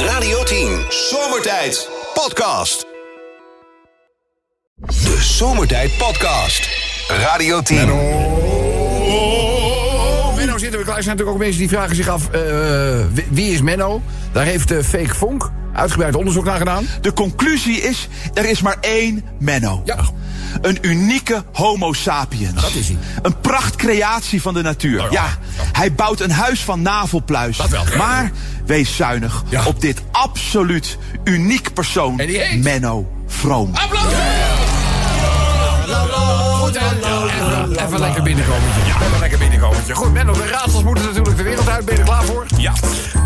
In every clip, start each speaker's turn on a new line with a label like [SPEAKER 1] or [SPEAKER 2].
[SPEAKER 1] 10. Zomertijd Podcast. De Zomertijd Podcast. Radio 10.
[SPEAKER 2] Oh, Menno zitten we klaar. Er zijn natuurlijk ook mensen die vragen zich af... eh, wie- wie is Menno? Daar heeft eh, Fake Vonk uitgebreid onderzoek naar gedaan.
[SPEAKER 3] De conclusie is, er is maar één Menno.
[SPEAKER 2] Ja.
[SPEAKER 3] Een unieke homo sapiens.
[SPEAKER 2] Dat is hij. Oh
[SPEAKER 3] Een prachtcreatie van de natuur.
[SPEAKER 2] ja.
[SPEAKER 3] Ja, hij bouwt een huis van navelpluis.
[SPEAKER 2] Dat wel.
[SPEAKER 3] Maar wees zuinig
[SPEAKER 2] Ja.
[SPEAKER 3] op dit absoluut uniek persoon.
[SPEAKER 2] En die heet? Ah.
[SPEAKER 3] Menno Vroom.
[SPEAKER 2] Applaus! Goed, hè? Even- Even lekker binnenkomertje. Even lekker binnenkomertje. Goed, Menno, de raadsels moeten natuurlijk de wereld uit. Ben je er klaar voor?
[SPEAKER 4] Ja.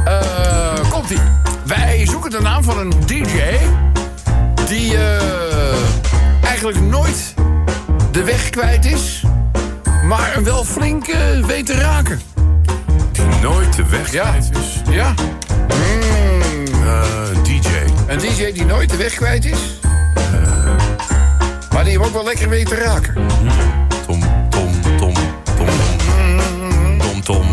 [SPEAKER 2] Eh, Komt-ie. Wij zoeken de naam van een DJ... die eh, eigenlijk nooit de weg kwijt is... maar hem wel flink eh, weet te raken.
[SPEAKER 4] Die nooit de weg
[SPEAKER 2] Ja.
[SPEAKER 4] kwijt is.
[SPEAKER 2] Ja,
[SPEAKER 4] Eh, DJ.
[SPEAKER 2] een DJ die nooit de weg kwijt is... maar die hem ook wel lekker weet te raken.
[SPEAKER 4] Tom, Tom, Tom, Tom, Tom. Tom, Tom.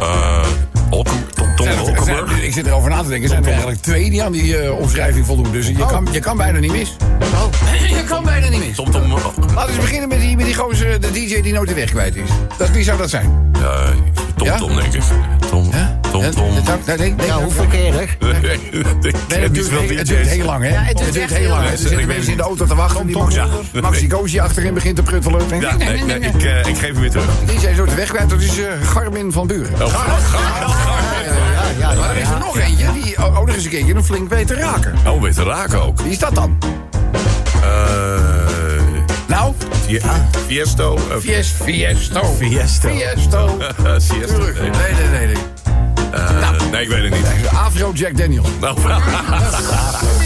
[SPEAKER 4] Eh, Olken- Tom, Tom Olkenburg.
[SPEAKER 2] Ik zit erover na te denken. Er zijn er eigenlijk twee die aan die eh, omschrijving voldoen. Dus je,
[SPEAKER 4] Oh.
[SPEAKER 2] kan, je kan bijna niet mis. Je kan bijna niet mis.
[SPEAKER 4] Tom, eh, Tom.
[SPEAKER 2] Laten we eens beginnen met die, met die gozer, eh, de DJ die nooit de weg kwijt is. Dat, wie zou dat zijn?
[SPEAKER 4] eh,
[SPEAKER 2] Ja?
[SPEAKER 4] Tom, Tom, denk ik. Tom, Tom,
[SPEAKER 2] Eh,
[SPEAKER 4] Tom.
[SPEAKER 2] dat- dat- nee, nee,
[SPEAKER 5] Ja,
[SPEAKER 2] dat-
[SPEAKER 5] hoe verkerig.
[SPEAKER 2] Nee, het,
[SPEAKER 4] Het is
[SPEAKER 2] duurt,
[SPEAKER 4] wel
[SPEAKER 2] heel- het duurt
[SPEAKER 4] DJ's.
[SPEAKER 2] heel lang, hè?
[SPEAKER 5] Ja, het
[SPEAKER 2] het
[SPEAKER 5] duurt
[SPEAKER 2] duurt,
[SPEAKER 5] echt
[SPEAKER 2] heel
[SPEAKER 5] heel
[SPEAKER 2] lang.
[SPEAKER 5] lang.
[SPEAKER 2] Er zitten
[SPEAKER 4] Ik weet
[SPEAKER 2] mensen in de
[SPEAKER 4] het
[SPEAKER 2] auto te wachten. Die
[SPEAKER 4] Tom,
[SPEAKER 2] Maxi-
[SPEAKER 4] ja.
[SPEAKER 2] Maxi Goosje achterin begint te pruttelen. Denk,
[SPEAKER 4] Ja,
[SPEAKER 2] nee, nee,
[SPEAKER 4] nee, nee,
[SPEAKER 2] nee,
[SPEAKER 4] ik, eh, ik geef hem weer terug.
[SPEAKER 2] nee. DJ is nooit de weg kwijt. Dat is eh, Garmin van Buren.
[SPEAKER 4] Oh,
[SPEAKER 5] Ja, ja,
[SPEAKER 2] Maar er Nou, is er nog eentje die oh, oh, er is een keertje een flink weet te raken.
[SPEAKER 4] Oh, weet te raken ook.
[SPEAKER 2] Wie is dat dan?
[SPEAKER 4] Eh,
[SPEAKER 2] Nou,
[SPEAKER 4] ja, Fiesto. eh,
[SPEAKER 2] Fies, Fiesto.
[SPEAKER 4] Fiesto.
[SPEAKER 2] Fiesto.
[SPEAKER 4] Siesto.
[SPEAKER 2] Tuurlijk.
[SPEAKER 4] Nee,
[SPEAKER 2] Nee, nee, nee. nee.
[SPEAKER 4] eh, Nee, ik weet het niet.
[SPEAKER 2] De Afro Jack Daniels.
[SPEAKER 4] Nou,
[SPEAKER 2] Het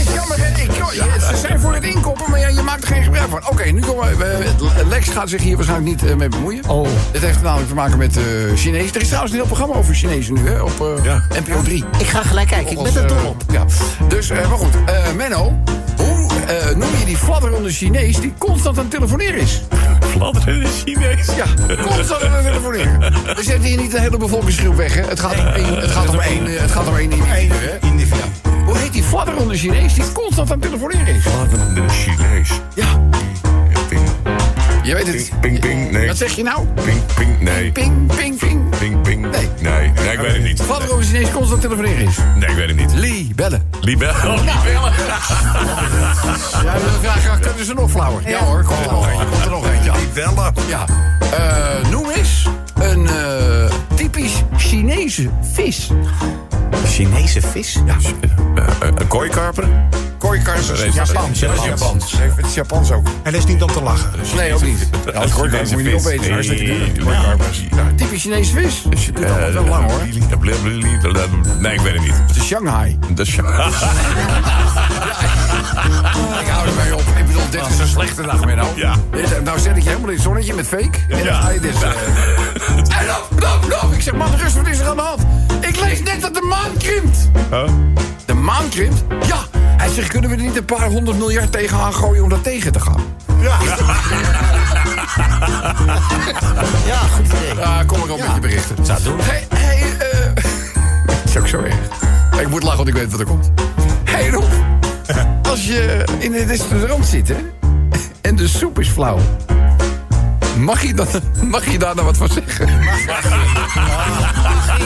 [SPEAKER 2] is jammer, hè? Ik, joh, je- ze zijn voor het inkoppen, maar ja, je maakt er geen gebruik van. Oké, nu komen we. eh, Lex gaat zich hier waarschijnlijk niet eh, mee bemoeien.
[SPEAKER 5] Oh.
[SPEAKER 2] Dit heeft namelijk te maken met eh Chinees. Er is trouwens een heel programma over Chinezen nu, hè? Op eh,
[SPEAKER 4] Ja.
[SPEAKER 2] NPO 3.
[SPEAKER 5] Ik ga gelijk kijken, ik ben
[SPEAKER 2] Als,
[SPEAKER 5] er
[SPEAKER 2] eh,
[SPEAKER 5] dol op.
[SPEAKER 2] Ja. Dus, eh, maar goed, eh, Menno, hoe eh, noem je die fladderende Chinees die constant aan het telefoneren is?
[SPEAKER 4] Fladderende Chinees.
[SPEAKER 2] Ja, constant aan het telefoneren. We zetten hier niet een hele bevolkingsgroep weg, hè? Het gaat om één, het gaat om één, eh, het gaat om één individu, hè? Hoe heet die fladderende Chinees die constant aan het telefoneren is?
[SPEAKER 4] Fladderende Chinees.
[SPEAKER 2] Ja.
[SPEAKER 4] Ping,
[SPEAKER 2] Je weet het.
[SPEAKER 4] ping, ping, ping. Nee.
[SPEAKER 2] Wat zeg je nou?
[SPEAKER 4] Ping, ping, nee.
[SPEAKER 2] Ping, ping, ping.
[SPEAKER 4] Ping, ping.
[SPEAKER 2] Nee.
[SPEAKER 4] Nee. Nee, ik weet het niet.
[SPEAKER 2] Wat er over ineens constant telefoneren is.
[SPEAKER 4] Nee, ik weet het niet.
[SPEAKER 2] Lee, bellen.
[SPEAKER 4] Libel. Libel.
[SPEAKER 2] Ja, dat vraag ik, kunnen ze nog flauwer? dus Ja, hoor, komt er nog eentje. Komt er nog eentje.
[SPEAKER 4] Libellen.
[SPEAKER 2] Ja. Eh, noem eens een eh, typisch Chinese vis.
[SPEAKER 5] Chinese vis? Ja.
[SPEAKER 4] Eh, eh, Een kooikarper?
[SPEAKER 2] Kooikarper. Japans.
[SPEAKER 4] Dat is Japans.
[SPEAKER 2] Heeft het Japans ook?
[SPEAKER 6] En dat is niet om te lachen.
[SPEAKER 2] Nee, ook niet. Ja, als kooikarper moet je niet opeten. Hartstikke duur. Kooikarpers. Ja, Typisch Chinese vis. Dus het duurt allemaal wel lang, hoor.
[SPEAKER 4] Eh, Nee, ik weet het niet.
[SPEAKER 2] De Shanghai.
[SPEAKER 4] Dat is ja.
[SPEAKER 2] Ik hou ermee op. Ik bedoel, dit is een slechte dag, Menno.
[SPEAKER 4] Ja.
[SPEAKER 2] Dit- Nou zet ik je helemaal in het zonnetje met fake. En dan
[SPEAKER 4] Ja.
[SPEAKER 2] ga je dit... eh, Hey, loop, loop, loop. Ik zeg, man, rustig, wat is er aan de hand? Ik lees net dat de maan krimpt. De maan krimpt? Ja. Hij zegt, kunnen we er niet een paar honderd miljard tegenaan gooien om dat tegen te gaan?
[SPEAKER 5] Ja, goed idee.
[SPEAKER 2] Ja, kom ik op met je berichten. Zou doen. Hey, hey, eh... Het is ook zo erg. Ik moet lachen, want ik weet wat er komt. hey, Rob. Als je in het restaurant zit, hè... en de soep is flauw... Mag je, dan, mag je daar nou wat van zeggen?
[SPEAKER 5] Zie je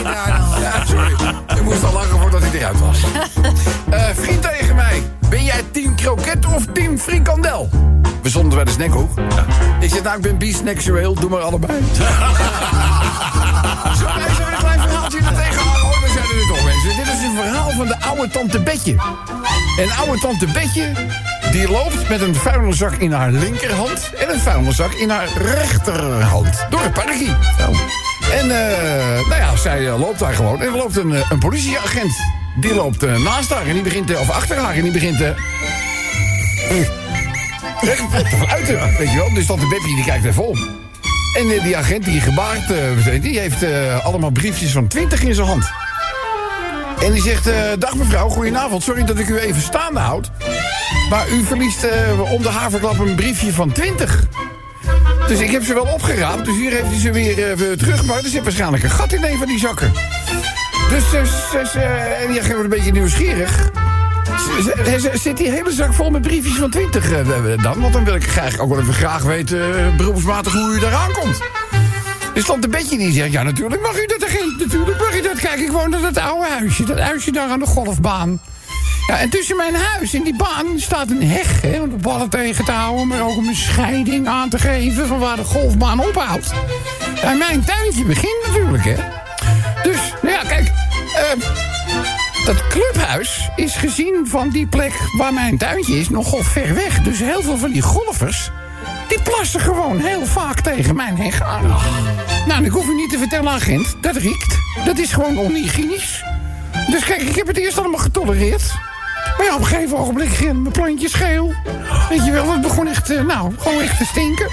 [SPEAKER 5] daar dan?
[SPEAKER 2] Ja, sorry. Ik moest al lachen voordat hij eruit was. Eh, vriend tegen mij. Ben jij team kroket of team frikandel? We stonden bij de snackhoek. Ik zeg, nou, ik ben bisexueel. Doe maar allebei. Zo, wij zijn een klein verhaaltje er tegenaan. Oh, we zijn er nu toch, mensen. Dit is een verhaal van de oude tante Betje. En oude tante Betje, die loopt met een vuilniszak in haar linkerhand... en een vuilniszak in haar rechterhand. Door het parkie. En, eh, nou ja, zij eh, loopt daar gewoon. En er loopt een, eh, een politieagent. Die loopt eh, naast haar en die begint... eh, of achter haar en die begint... eh, uit te- weet je wel. Dus tante Beppie die kijkt even om. En eh, die agent die gebaard, eh, die heeft eh, allemaal briefjes van 20 in zijn hand. En die zegt, eh, dag mevrouw, goedenavond. Sorry dat ik u even staande houd. Maar u verliest eh, om de haverklap een briefje van 20. Dus ik heb ze wel opgeraapt. Dus hier heeft hij ze weer eh, weer terug. Maar er zit waarschijnlijk een gat in een van die zakken. Dus, dus, dus, eh, en jij wordt een beetje nieuwsgierig. Z- z- z- Zit die hele zak vol met briefjes van 20 eh, eh, dan? Want dan wil ik graag ook wel even graag weten, eh, beroepsmatig, hoe u daaraan komt. Dus stond een beetje die zegt, ja natuurlijk mag u dat erin. Natuurlijk mag u dat. Kijk, ik woon in dat oude huisje. Dat huisje daar aan de golfbaan. Ja, en tussen mijn huis en die baan staat een heg. Hè, om de ballen tegen te houden, maar ook om een scheiding aan te geven van waar de golfbaan ophoudt. Ja, en mijn tuintje begint natuurlijk, hè. Dus, nou ja, kijk. eh, dat clubhuis is gezien van die plek waar mijn tuintje is nogal ver weg. Dus heel veel van die golfers, die plassen gewoon heel vaak tegen mijn heg aan. Nou, en ik hoef u niet te vertellen, agent, dat riekt. Dat is gewoon onhygiënisch. Dus kijk, ik heb het eerst allemaal getolereerd. Maar ja, op een gegeven ogenblik ging mijn plantje scheel. Weet je wel, dat begon echt, eh, nou, gewoon echt te stinken.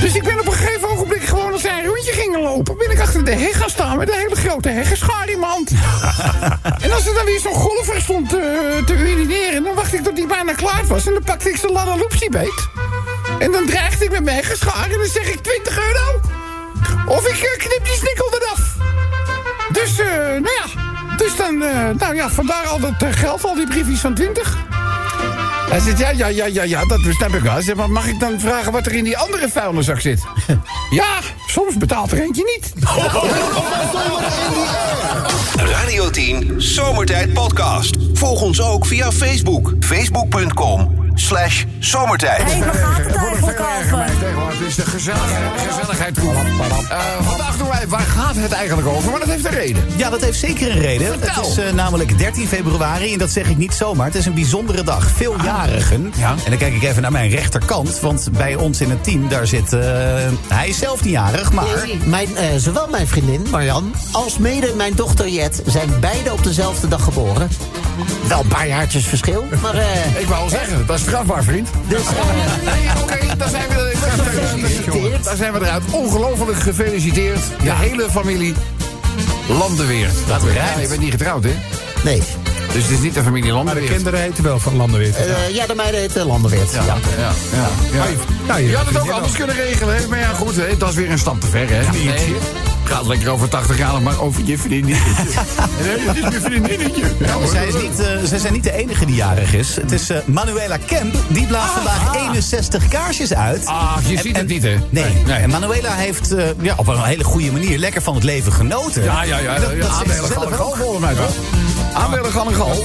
[SPEAKER 2] Dus ik ben op een gegeven ogenblik gewoon als zij een rondje gingen lopen... ben ik achter de heg gaan staan met een hele grote heggenschaar in mijn hand. En als er dan weer zo'n golfer stond eh, te urineren... dan wacht ik tot die bijna klaar was en dan pakte ik zijn ladaloopsie beet. En dan dreigde ik met mijn heggenschaar en dan zeg ik 20 euro. Of ik eh, knip die snikkel eraf. Dus, eh, nou ja. Dus dan, eh, nou ja, vandaar al dat eh, geld, al die briefjes van 20. Hij zegt, ja, ja, ja, ja, ja, dat snap ik wel. Hij zegt, maar mag ik dan vragen wat er in die andere vuilniszak zit? ja, soms betaalt er eentje niet.
[SPEAKER 1] Radio 10 Zomertijd Podcast. Volg ons ook via Facebook. Facebook.com slash zomertijd.
[SPEAKER 6] Hé, waar gaat het eigenlijk over?
[SPEAKER 2] Het is de gezelligheid, gezelligheid goed. Eh, vandaag doen wij, waar gaat het eigenlijk over? Maar dat heeft een reden.
[SPEAKER 5] Ja, dat heeft zeker een reden.
[SPEAKER 2] Vertel.
[SPEAKER 5] Het is eh, namelijk 13 februari en dat zeg ik niet zomaar. Het is een bijzondere dag. Veeljarigen.
[SPEAKER 2] Ah, Ja.
[SPEAKER 5] En dan kijk ik even naar mijn rechterkant. Want bij ons in het team, daar zit... eh, hij is zelf niet jarig, maar...
[SPEAKER 7] Mijn, eh, zowel mijn vriendin Marian als mede mijn dochter Jet zijn beide op dezelfde dag geboren. Wel een paar jaartjes verschil, maar eh
[SPEAKER 2] Ik wou al zeggen, dat is strafbaar, vriend.
[SPEAKER 7] dus,
[SPEAKER 2] Nee, oké, daar zijn we eruit.
[SPEAKER 7] Gefeliciteerd.
[SPEAKER 2] Daar zijn we eruit. Ongelooflijk gefeliciteerd. De hele familie Landenweert.
[SPEAKER 5] Dat rijmt.
[SPEAKER 2] Ja, je bent niet getrouwd, hè?
[SPEAKER 7] nee.
[SPEAKER 2] Dus het is niet de familie
[SPEAKER 8] Maar de
[SPEAKER 2] Landenweert.
[SPEAKER 8] kinderen heten wel van Landenweert.
[SPEAKER 7] Eh, ja, de meiden heet Landenweert. Ja.
[SPEAKER 2] Ja, ja, ja.
[SPEAKER 8] Nou,
[SPEAKER 2] Je
[SPEAKER 8] ja,
[SPEAKER 2] had het
[SPEAKER 8] vind
[SPEAKER 2] ook
[SPEAKER 8] je
[SPEAKER 2] anders kunnen regelen, hè? Maar ja, goed, hè? dat is weer een stap te ver, hè? Nee. Gaat lekker over 80 jaar, maar over je vriendinnetje. nee, het is mijn vriendinnetje. Ja, hoor.
[SPEAKER 5] Zij, is niet, eh, zij zijn niet de enige die jarig is. Het is eh, Manuela Kemp. Die blaast vandaag 61 kaarsjes uit.
[SPEAKER 2] Ah, je ziet het niet, hè?
[SPEAKER 5] Nee.
[SPEAKER 2] Nee, nee.
[SPEAKER 5] En Manuela heeft eh, ja, op een hele goede manier lekker van het leven genoten.
[SPEAKER 2] Ja, ja, ja.
[SPEAKER 5] Dat,
[SPEAKER 2] ja,
[SPEAKER 5] dat zegt ze
[SPEAKER 2] Aandelen gaan
[SPEAKER 5] zelf
[SPEAKER 2] een
[SPEAKER 5] ook.
[SPEAKER 2] gal volgens mij, toch? Aandelen gaan een gal.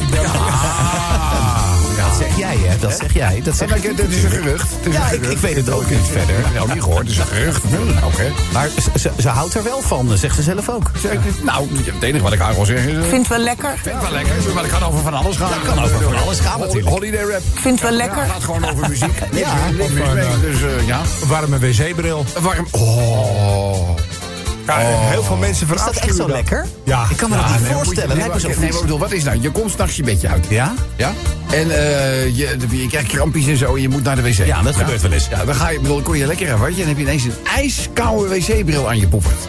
[SPEAKER 5] Dat zeg jij, hè? Dat zeg jij. Dat zeg
[SPEAKER 2] Ja, kijk,
[SPEAKER 5] ik
[SPEAKER 2] Dit is een gerucht. Het is
[SPEAKER 5] Ja,
[SPEAKER 2] een
[SPEAKER 5] ik-
[SPEAKER 2] gerucht.
[SPEAKER 5] ik weet het ook niet verder.
[SPEAKER 2] Ik heb het ook niet gehoord, het is een gerucht. Nou, Oké.
[SPEAKER 5] Maar ze- ze, ze houdt er wel van, zegt ze zelf ook.
[SPEAKER 2] Zeg, Nou, het enige wat ik haar wil zeggen is... eh,
[SPEAKER 6] Vindt wel lekker.
[SPEAKER 2] Vind ik wel lekker, maar dat kan over van alles gaan. Dat
[SPEAKER 5] kan Ah, over van alles gaan, natuurlijk.
[SPEAKER 2] Holiday rap.
[SPEAKER 6] Vindt wel
[SPEAKER 2] Ja,
[SPEAKER 6] lekker.
[SPEAKER 2] Het gaat gewoon over muziek. Niks
[SPEAKER 5] Ja.
[SPEAKER 2] meer, niks meer mee. Dus eh, ja.
[SPEAKER 8] wel. Warme wc-bril.
[SPEAKER 2] Warm. Oh.
[SPEAKER 8] Ja, Heel veel mensen
[SPEAKER 5] Is dat
[SPEAKER 8] verafschuwen
[SPEAKER 5] echt zo lekker?
[SPEAKER 8] Ja.
[SPEAKER 5] Ik kan me dat
[SPEAKER 2] Ah,
[SPEAKER 5] niet
[SPEAKER 2] nee,
[SPEAKER 5] voorstellen.
[SPEAKER 2] moet je-
[SPEAKER 5] Lijkt me zo
[SPEAKER 2] nee, maar ik
[SPEAKER 5] vies.
[SPEAKER 2] bedoel, wat is nou? Je komt s'nachts je bedje uit.
[SPEAKER 5] Ja?
[SPEAKER 2] Ja? En eh, je, je krijgt krampjes en zo en je moet naar de wc.
[SPEAKER 5] Ja, dat gebeurt wel eens.
[SPEAKER 2] Ja, dan ga je, bedoel, dan kon je lekker af, weet je. En heb je ineens een ijskoude wc-bril aan je poppert.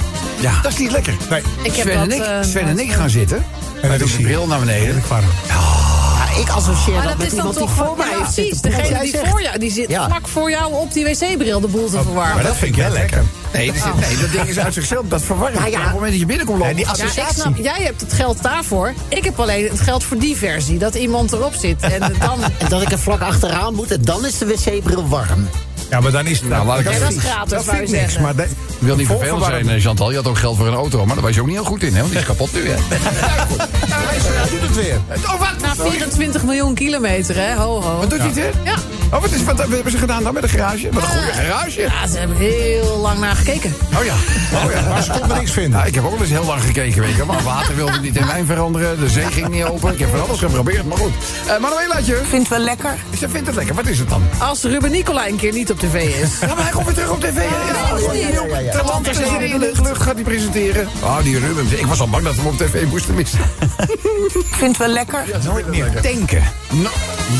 [SPEAKER 5] Ja.
[SPEAKER 2] Dat is niet lekker.
[SPEAKER 8] Nee,
[SPEAKER 6] Ik heb
[SPEAKER 2] Sven, en
[SPEAKER 6] dat,
[SPEAKER 2] ik,
[SPEAKER 6] eh,
[SPEAKER 2] Sven en ik gaan zitten. En dan
[SPEAKER 8] dat
[SPEAKER 2] doet
[SPEAKER 8] is
[SPEAKER 2] de bril naar beneden.
[SPEAKER 8] heerlijk warm.
[SPEAKER 7] Ja, ik associeer
[SPEAKER 6] Maar
[SPEAKER 7] dat,
[SPEAKER 6] dat
[SPEAKER 7] met
[SPEAKER 6] is dan
[SPEAKER 7] iemand die
[SPEAKER 6] toch
[SPEAKER 7] voor mij
[SPEAKER 6] ja,
[SPEAKER 7] heeft
[SPEAKER 6] precies.
[SPEAKER 7] zitten
[SPEAKER 6] Degene
[SPEAKER 7] poepen.
[SPEAKER 6] die
[SPEAKER 7] Jij zegt-
[SPEAKER 6] voor jou, die zit
[SPEAKER 7] Ja.
[SPEAKER 6] vlak voor jou op die wc-bril de
[SPEAKER 2] Oh,
[SPEAKER 6] boel te verwarmen.
[SPEAKER 5] Maar dat vind ik wel lekker.
[SPEAKER 2] Nee, er zit, nee, dat ding is uit zichzelf. Dat verwarmt.
[SPEAKER 7] ja.
[SPEAKER 2] Op het moment dat je binnenkomt lopen.
[SPEAKER 5] En die
[SPEAKER 6] Ja, ik
[SPEAKER 5] associatie.
[SPEAKER 6] snap, jij hebt het geld daarvoor. Ik heb alleen het geld voor die versie. Dat iemand erop zit. En dan.
[SPEAKER 7] En dat ik er vlak achteraan moet en dan is de wc-bril warm.
[SPEAKER 8] Ja, maar dan is het nou,
[SPEAKER 2] laat ik
[SPEAKER 6] Ja,
[SPEAKER 2] het
[SPEAKER 6] dat is
[SPEAKER 2] vies.
[SPEAKER 6] gratis,
[SPEAKER 8] dat
[SPEAKER 6] wou
[SPEAKER 8] vind
[SPEAKER 6] je
[SPEAKER 8] ik niks.
[SPEAKER 6] zeggen.
[SPEAKER 8] Maar dat
[SPEAKER 2] Ik wil niet vervelend zijn, eh, Chantal. Je had ook geld voor een auto, maar daar was je ook niet heel goed in, hè? Want die is kapot nu, hè?
[SPEAKER 8] doet het weer.
[SPEAKER 2] Oh, wat?
[SPEAKER 6] Na 24 miljoen kilometer, hè? Ho, ho.
[SPEAKER 2] Wat doet hij het, hè?
[SPEAKER 6] Ja. Eh, Ah.
[SPEAKER 2] Oh, wat, is, wat hebben ze gedaan dan met de garage? Wat een goede garage.
[SPEAKER 6] Ja, ze hebben heel lang naar gekeken.
[SPEAKER 2] Oh ja. Oh, ja.
[SPEAKER 8] Maar ze konden niks
[SPEAKER 2] Ja,
[SPEAKER 8] vinden.
[SPEAKER 2] ik heb ook wel eens heel lang gekeken, weet je. Maar water wilde niet in wijn veranderen. De zee ging niet open. Ik heb van alles geprobeerd, maar goed. Eh Manuelaatje,
[SPEAKER 6] Vindt wel lekker.
[SPEAKER 2] ze vindt het lekker. Wat is het dan?
[SPEAKER 6] Als Ruben Nicolai een keer niet op tv is.
[SPEAKER 2] Ja, maar hij komt weer terug op tv. Oh,
[SPEAKER 6] dat is niet.
[SPEAKER 2] De land is hier in de lucht gaat hij presenteren. Ah, die Ruben. Ik was al bang dat we hem op tv moesten missen.
[SPEAKER 6] Vindt wel lekker.
[SPEAKER 2] Nooit meer.
[SPEAKER 5] Tanken.
[SPEAKER 2] Nou,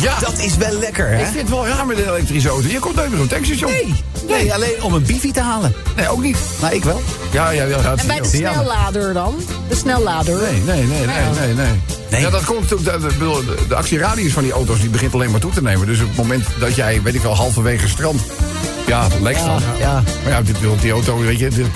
[SPEAKER 2] ja.
[SPEAKER 5] Dat is wel lekker,
[SPEAKER 2] Ik
[SPEAKER 5] hè?
[SPEAKER 2] vind het wel raar met een elektrische auto. Je komt nooit meer op Texas,
[SPEAKER 5] Nee. Nee, alleen om een bivy te halen.
[SPEAKER 2] Nee, ook niet.
[SPEAKER 5] Maar ik wel.
[SPEAKER 2] Ja, ja, ja.
[SPEAKER 6] En bij de snellader dan? De snellader.
[SPEAKER 2] Nee, nee, nee, nee, nee, nee.
[SPEAKER 5] Nee.
[SPEAKER 2] Ja, dat komt ook. dat- dat- bedoel, De, de actieradius van die auto's die begint alleen maar toe te nemen. Dus op het moment dat jij, weet ik wel, halverwege strand. Ja, lek dan.
[SPEAKER 7] ja.
[SPEAKER 2] Maar ja, dit, bedoel, die auto, weet je. dit-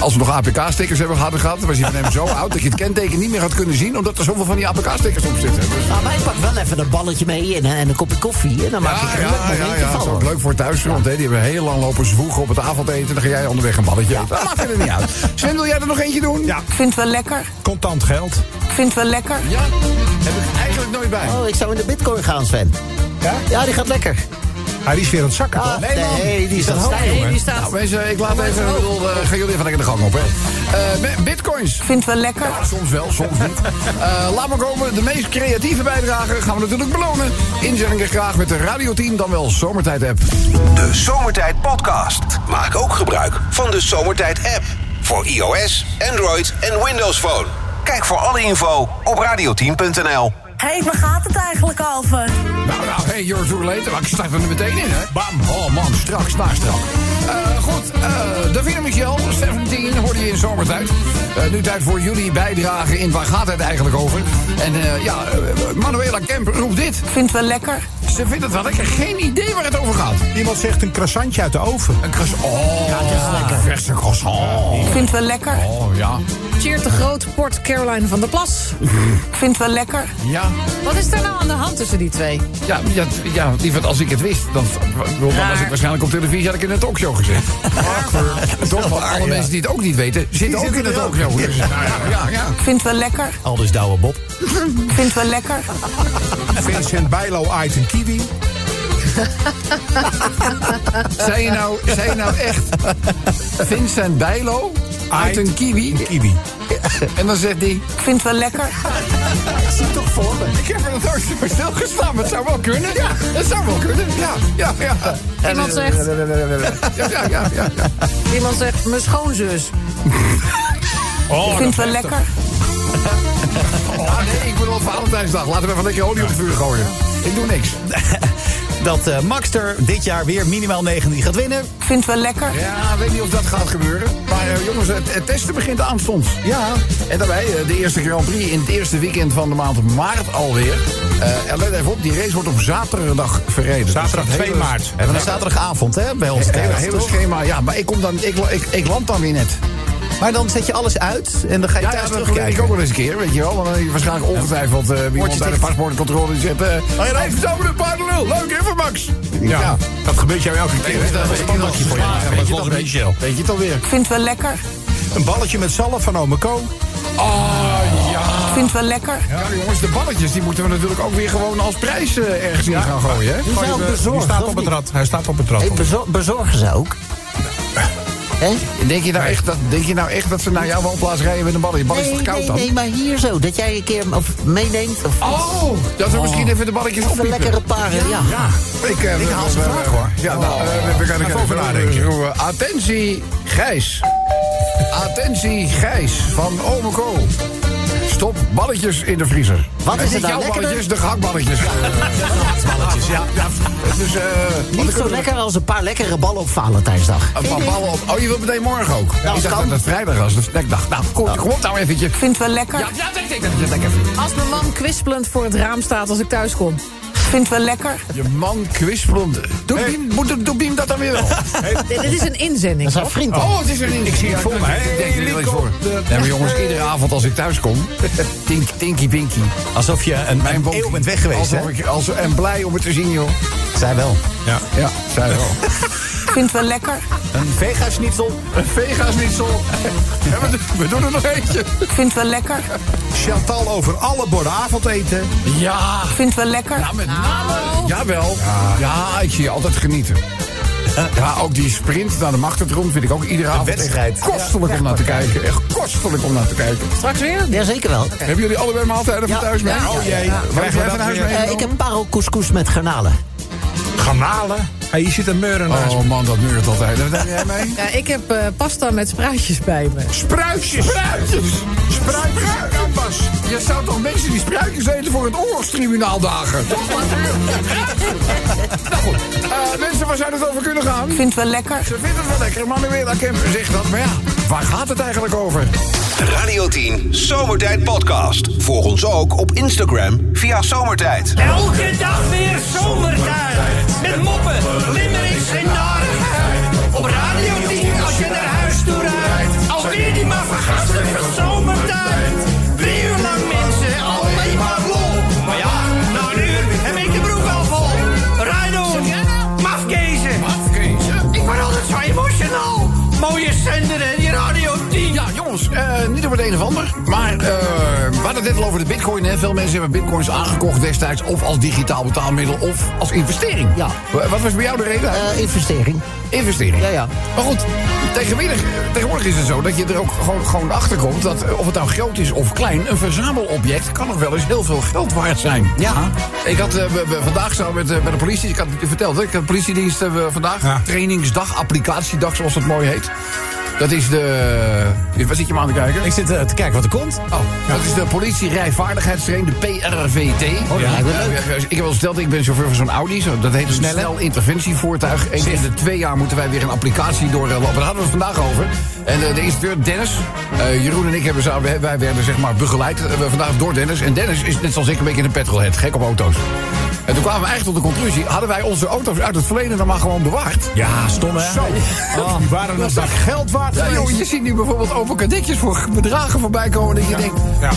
[SPEAKER 2] Als we nog APK-stickers hebben gehad, gehad, dan was hij van hem zo oud dat je het kenteken niet meer had kunnen zien, omdat er zoveel van die APK-stickers op zitten. Dus-
[SPEAKER 7] Nou, maar ik pak wel even een balletje mee en, eh, en een kopje koffie. En dan maak ik
[SPEAKER 2] ja,
[SPEAKER 7] er een leuk
[SPEAKER 2] ja, ja,
[SPEAKER 7] momentje
[SPEAKER 2] ja. Dat is ook
[SPEAKER 7] van.
[SPEAKER 2] leuk voor thuis, want hè, die hebben heel lang lopen zwoegen op het avondeten. Dan ga jij onderweg een balletje eten. Dat maakt er niet uit. Sven, wil jij er nog eentje doen?
[SPEAKER 8] Ja.
[SPEAKER 9] Ik vind het wel lekker.
[SPEAKER 8] Contant geld.
[SPEAKER 9] Ik vind het wel lekker.
[SPEAKER 2] Ja? Heb ik eigenlijk nooit bij.
[SPEAKER 7] Oh, ik zou in de bitcoin gaan, Sven.
[SPEAKER 8] Ja?
[SPEAKER 7] Ja, die gaat lekker.
[SPEAKER 8] Hij is weer aan het zakken,
[SPEAKER 7] Ah,
[SPEAKER 8] toch?
[SPEAKER 7] nee, die staat
[SPEAKER 8] hoog,
[SPEAKER 7] stijf.
[SPEAKER 8] jongen.
[SPEAKER 6] die staat...
[SPEAKER 2] Nou, mensen, ik laat
[SPEAKER 6] Oh,
[SPEAKER 2] even...
[SPEAKER 6] oh.
[SPEAKER 2] Ik bedoel, eh, gaan jullie even lekker de gang op, hè. Eh, me- bitcoins.
[SPEAKER 9] Ik vind het wel lekker.
[SPEAKER 2] Soms wel, soms niet. Eh, laat maar komen. De meest creatieve bijdrage gaan we natuurlijk belonen. Inzendingen graag met de radioteam, dan wel Zomertijd-app.
[SPEAKER 1] De Zomertijd Podcast. Maak ook gebruik van de Zomertijd app. Voor iOS, Android en Windows Phone. Kijk voor alle info op radioteam.nl.
[SPEAKER 9] Hé, hey, waar gaat het eigenlijk over?
[SPEAKER 2] Nou, nou, hey, you're too late. Maar ik start er nu meteen in, hè? Bam. Oh, man, straks, straks, straks. Eh, goed, eh Davina Michel, 17, hoorde je in zomertijd. Eh, nu tijd voor jullie bijdrage in Waar gaat het eigenlijk over? En eh, ja, eh, Manuela Kemp roept dit.
[SPEAKER 9] Ik vind het wel lekker.
[SPEAKER 2] Ze vindt het wel lekker. Geen idee waar het over gaat.
[SPEAKER 8] Iemand zegt een croissantje uit de oven.
[SPEAKER 2] Een croissant. Oh, verse croissant.
[SPEAKER 9] Ik vind het wel lekker.
[SPEAKER 2] Oh, ja.
[SPEAKER 6] Cheert de groot Port Caroline van der Plas.
[SPEAKER 9] Ik vind het wel lekker.
[SPEAKER 2] Ja,
[SPEAKER 6] Wat is daar nou aan de hand tussen die twee?
[SPEAKER 2] ja, ja, ja lieverd, als ik het wist, dan, dan was ik
[SPEAKER 6] Raar.
[SPEAKER 2] waarschijnlijk op televisie, had ik in een talkshow gezet. Toch, want alle mensen die het ook niet weten, zitten ook in
[SPEAKER 8] zitten
[SPEAKER 2] het
[SPEAKER 8] er ook.
[SPEAKER 2] talkshow. Dus, nou ja, ja, ja.
[SPEAKER 9] Ik vind het wel lekker.
[SPEAKER 5] Aldus dus Douwe Bob.
[SPEAKER 9] Ik vind het wel lekker.
[SPEAKER 8] Vincent Bijlo aait een kiwi.
[SPEAKER 2] Zei je nou, zei je nou echt Vincent Bijlo uit een kiwi?
[SPEAKER 8] Kiwi.
[SPEAKER 2] En dan zegt hij...
[SPEAKER 9] Ik vind het wel lekker.
[SPEAKER 2] Ik heb er nog nooit zo stilgestaan, maar het zou wel kunnen. Ja, het zou wel kunnen. Ja, ja, ja.
[SPEAKER 6] Iemand zegt,
[SPEAKER 2] Ja, ja, ja. ja, ja.
[SPEAKER 6] iemand zegt mijn schoonzus.
[SPEAKER 9] Ik vind het wel lekker.
[SPEAKER 2] Oh, nee, ik bedoel Valentijnsdag. Laten we even lekker olie op het vuur gooien. Ik doe niks.
[SPEAKER 5] Dat eh, Maxter dit jaar weer minimaal 19 gaat winnen.
[SPEAKER 9] Ik vind het wel lekker.
[SPEAKER 2] Ja, weet niet of dat gaat gebeuren. Maar eh, jongens, het, het testen begint aanstonds.
[SPEAKER 5] Ja.
[SPEAKER 2] En daarbij eh, de eerste Grand Prix in het eerste weekend van de maand maart alweer. Eh, en let even op, die race wordt op zaterdag verreden.
[SPEAKER 8] Zaterdag
[SPEAKER 2] Dus dat
[SPEAKER 8] 2
[SPEAKER 2] hele-
[SPEAKER 8] maart.
[SPEAKER 5] En dan is zaterdagavond, hè, bij ons
[SPEAKER 2] Het hele,
[SPEAKER 5] thuis,
[SPEAKER 2] hele
[SPEAKER 5] toch?
[SPEAKER 2] schema, ja, maar ik, kom dan, ik, ik, ik land dan weer net.
[SPEAKER 5] Maar dan zet je alles uit en dan ga je
[SPEAKER 2] Ja,
[SPEAKER 5] thuis
[SPEAKER 2] ja, dat probeer ik
[SPEAKER 5] terugkijken.
[SPEAKER 2] ook wel eens een keer, weet je wel. Want dan heb je waarschijnlijk ongetwijfeld eh iemand bij de
[SPEAKER 5] tegen-
[SPEAKER 2] paspoortcontrole die
[SPEAKER 5] Oh
[SPEAKER 2] zegt... eh hey, Ralf, verdomme de paardenlul. Leuk, hè, voor Max?
[SPEAKER 8] Ja. Dat gebeurt jou elke keer. hè? Dat is een pandakje voor
[SPEAKER 2] Ja,
[SPEAKER 8] je.
[SPEAKER 2] weet je
[SPEAKER 4] volgens
[SPEAKER 2] dat
[SPEAKER 4] mij Michel.
[SPEAKER 2] weer? Weet je het alweer?
[SPEAKER 9] Ik vind het wel lekker.
[SPEAKER 8] Een balletje met zalf van Ome Ko.
[SPEAKER 2] Oh, ja.
[SPEAKER 9] Ik vind het wel lekker.
[SPEAKER 2] Ja, jongens, de balletjes die moeten we natuurlijk ook weer gewoon als prijs eh, ergens in gaan gooien. Hè?
[SPEAKER 7] Die zijn ook
[SPEAKER 8] Hij
[SPEAKER 7] bezorgd,
[SPEAKER 8] staat
[SPEAKER 7] of
[SPEAKER 8] op het
[SPEAKER 7] niet?
[SPEAKER 8] rad. Hij staat op het rad.
[SPEAKER 7] Hey, bezor- bezorgen ze ook? Hè?
[SPEAKER 2] Denk je, nou echt dat, denk je nou echt dat ze naar jouw woonplaats rijden met een balletje? Bal is
[SPEAKER 7] Nee,
[SPEAKER 2] toch koud
[SPEAKER 7] nee,
[SPEAKER 2] dan?
[SPEAKER 7] nee, maar hier zo. Dat jij een keer of meeneemt. Of,
[SPEAKER 2] Oh, dat we misschien even de balletjes
[SPEAKER 7] of een
[SPEAKER 2] opiepen.
[SPEAKER 7] lekkere paar. Ja.
[SPEAKER 2] Ik, eh,
[SPEAKER 8] Ik haal ze
[SPEAKER 2] eh,
[SPEAKER 8] graag, hoor.
[SPEAKER 2] Ja, nou, eh, we- we gaan er
[SPEAKER 8] Oh. Even over nadenken.
[SPEAKER 2] nadenken. Attentie, Gijs. Attentie, Gijs van Omeco. Stop balletjes in de vriezer.
[SPEAKER 7] Wat
[SPEAKER 2] En
[SPEAKER 7] is het
[SPEAKER 2] niet
[SPEAKER 7] nou,
[SPEAKER 2] jouw
[SPEAKER 7] lekkerder?
[SPEAKER 2] balletjes, de gehaktballetjes. Gehaktballetjes, ja. ja. Dus, eh, wat
[SPEAKER 7] Niet
[SPEAKER 2] kunnen
[SPEAKER 7] zo
[SPEAKER 2] we-
[SPEAKER 7] lekker als een paar lekkere ballen op Valentijnsdag.
[SPEAKER 2] Een paar ballen op. Oh, je wilt meteen morgen ook? ik dacht
[SPEAKER 7] kan.
[SPEAKER 2] dat het vrijdag was, de snackdag. Nou, kom, kom op nou eventjes.
[SPEAKER 9] Ik vind het wel lekker.
[SPEAKER 2] Ja, ja, denk ik dat je het lekker vindt.
[SPEAKER 6] Als mijn man kwispelend voor het raam staat als ik thuis kom.
[SPEAKER 9] Ik vind het wel lekker.
[SPEAKER 2] Je man kwispelend. Doe
[SPEAKER 8] Hey.
[SPEAKER 2] Biem- moet- Doe Biem dat dan weer wel?
[SPEAKER 6] Dit, dit is een inzending.
[SPEAKER 7] Dat zijn vrienden.
[SPEAKER 2] Oh, het is er in. Ik zie het voor me. Ik denk er wel eens voor. Nee, maar jongens, iedere avond als ik thuis kom... Tink, tinky pinky.
[SPEAKER 5] Alsof je een,
[SPEAKER 2] Mijn
[SPEAKER 5] een
[SPEAKER 2] bonkie.
[SPEAKER 5] eeuw bent weg geweest,
[SPEAKER 2] Alsof
[SPEAKER 5] hè?
[SPEAKER 2] ik- als, en blij om het te zien, joh.
[SPEAKER 5] Zij wel.
[SPEAKER 2] Ja, zij wel.
[SPEAKER 9] Ik vind het wel lekker.
[SPEAKER 5] Een vega-schnitzel.
[SPEAKER 2] Een Vega's niet zo. Ja, we, doen- we doen er nog eentje.
[SPEAKER 9] Ik vind het wel lekker.
[SPEAKER 8] Chantal over alle borden avondeten.
[SPEAKER 2] Ja.
[SPEAKER 9] Ik vind het wel lekker.
[SPEAKER 2] Ja, met name. Jawel. Ja, ik zie je altijd genieten. Ja, ook die sprint naar de machtentroom vind ik ook iedere avond echt
[SPEAKER 5] wedstrijd.
[SPEAKER 2] kostelijk om naar te kijken. Echt kostelijk om naar te kijken.
[SPEAKER 6] Straks weer?
[SPEAKER 7] Jazeker wel.
[SPEAKER 2] Hebben jullie allebei maaltijden van
[SPEAKER 7] Ja.
[SPEAKER 2] thuis mee?
[SPEAKER 7] Ja, ja,
[SPEAKER 2] Oh jee.
[SPEAKER 8] ja.
[SPEAKER 2] Krijg jij van huis mee?
[SPEAKER 7] Eh, ik heb een paar couscous met garnalen.
[SPEAKER 8] Garnalen. Hey, hier zit een meuren naast
[SPEAKER 2] Oh man, dat neurt altijd. Wat neem jij mee?
[SPEAKER 6] Ja, ik heb eh, pasta met spruitjes bij me.
[SPEAKER 2] Spruitjes! Spruitjes! Spruitjes! Gambas! Je zou toch mensen die spruitjes eten voor het oorlogstribunaal dagen? Toch? nou goed, Eh, mensen, waar zou het over kunnen gaan?
[SPEAKER 9] Ik vind het wel lekker.
[SPEAKER 2] Ze vinden het wel lekker, Manuela Kemper zegt dat. Maar ja, waar gaat het eigenlijk over?
[SPEAKER 1] Radio 10 Zomertijd Podcast. Volg ons ook op Instagram via Zomertijd.
[SPEAKER 10] Elke dag weer zomertijd. Met moppen, limmerings en narigheid. Op Radio 10 als je naar huis toe rijdt. Als alweer die maffe gasten van zomertijd. Drie uur lang mensen, alleen maar lol. Maar ja, na een uur heb ik de broek al vol. Rijdon, mafkezen. Ik word altijd zo emotional. Mooie zender en die radio 10.
[SPEAKER 2] Ja, jongens, eh, niet op het een of ander. Maar eh, we hadden het net al over de bitcoin. Hè. Veel mensen hebben bitcoins aangekocht destijds... of als digitaal betaalmiddel of als investering.
[SPEAKER 7] Ja.
[SPEAKER 2] Wa- Wat was bij jou de reden?
[SPEAKER 7] Eh, investering.
[SPEAKER 2] investering.
[SPEAKER 7] ja, ja.
[SPEAKER 2] Maar goed, tegenwoordig, tegenwoordig is het zo dat je er ook gewoon, gewoon achter komt... dat eh, of het nou groot is of klein, een verzamelobject... kan nog wel eens heel veel geld waard zijn.
[SPEAKER 7] Ja.
[SPEAKER 2] Ik had eh, we- we- vandaag zo met, eh, bij de politie, ik had het je verteld, hè, ik heb de politiedienst eh, we- vandaag.
[SPEAKER 8] Ja.
[SPEAKER 2] Trainingsdag, applicatiedag, zoals dat mooi heet. Dat is de. Waar zit je me aan te kijken?
[SPEAKER 5] Ik zit eh, te kijken wat er komt.
[SPEAKER 2] Oh, dat is de politierijvaardigheidstraining, de PRVT.
[SPEAKER 7] Oh, dat lijkt me leuk.
[SPEAKER 2] Ja, ja, Ik heb wel eens verteld, ik ben chauffeur van zo'n Audi. zo- Dat heet een snel interventievoertuig. En in de twee jaar moeten wij weer een applicatie doorlopen. Daar hadden we het vandaag over. En eh, de instructeur Dennis, eh, Jeroen en ik hebben samen, wij- wij werden zeg maar begeleid eh, vandaag door Dennis. En Dennis is net zoals ik een beetje een petrolhead, gek op auto's. En toen kwamen we eigenlijk tot de conclusie... hadden wij onze auto's uit het verleden dan maar gewoon bewaard.
[SPEAKER 5] Ja, stom hè?
[SPEAKER 2] Zo.
[SPEAKER 7] Oh.
[SPEAKER 5] Die waren dat dat geld waard
[SPEAKER 2] Ja, joh,
[SPEAKER 5] geweest.
[SPEAKER 2] je ziet nu bijvoorbeeld open kadetjes voor bedragen voorbij komen... dat je denkt,
[SPEAKER 8] Ja.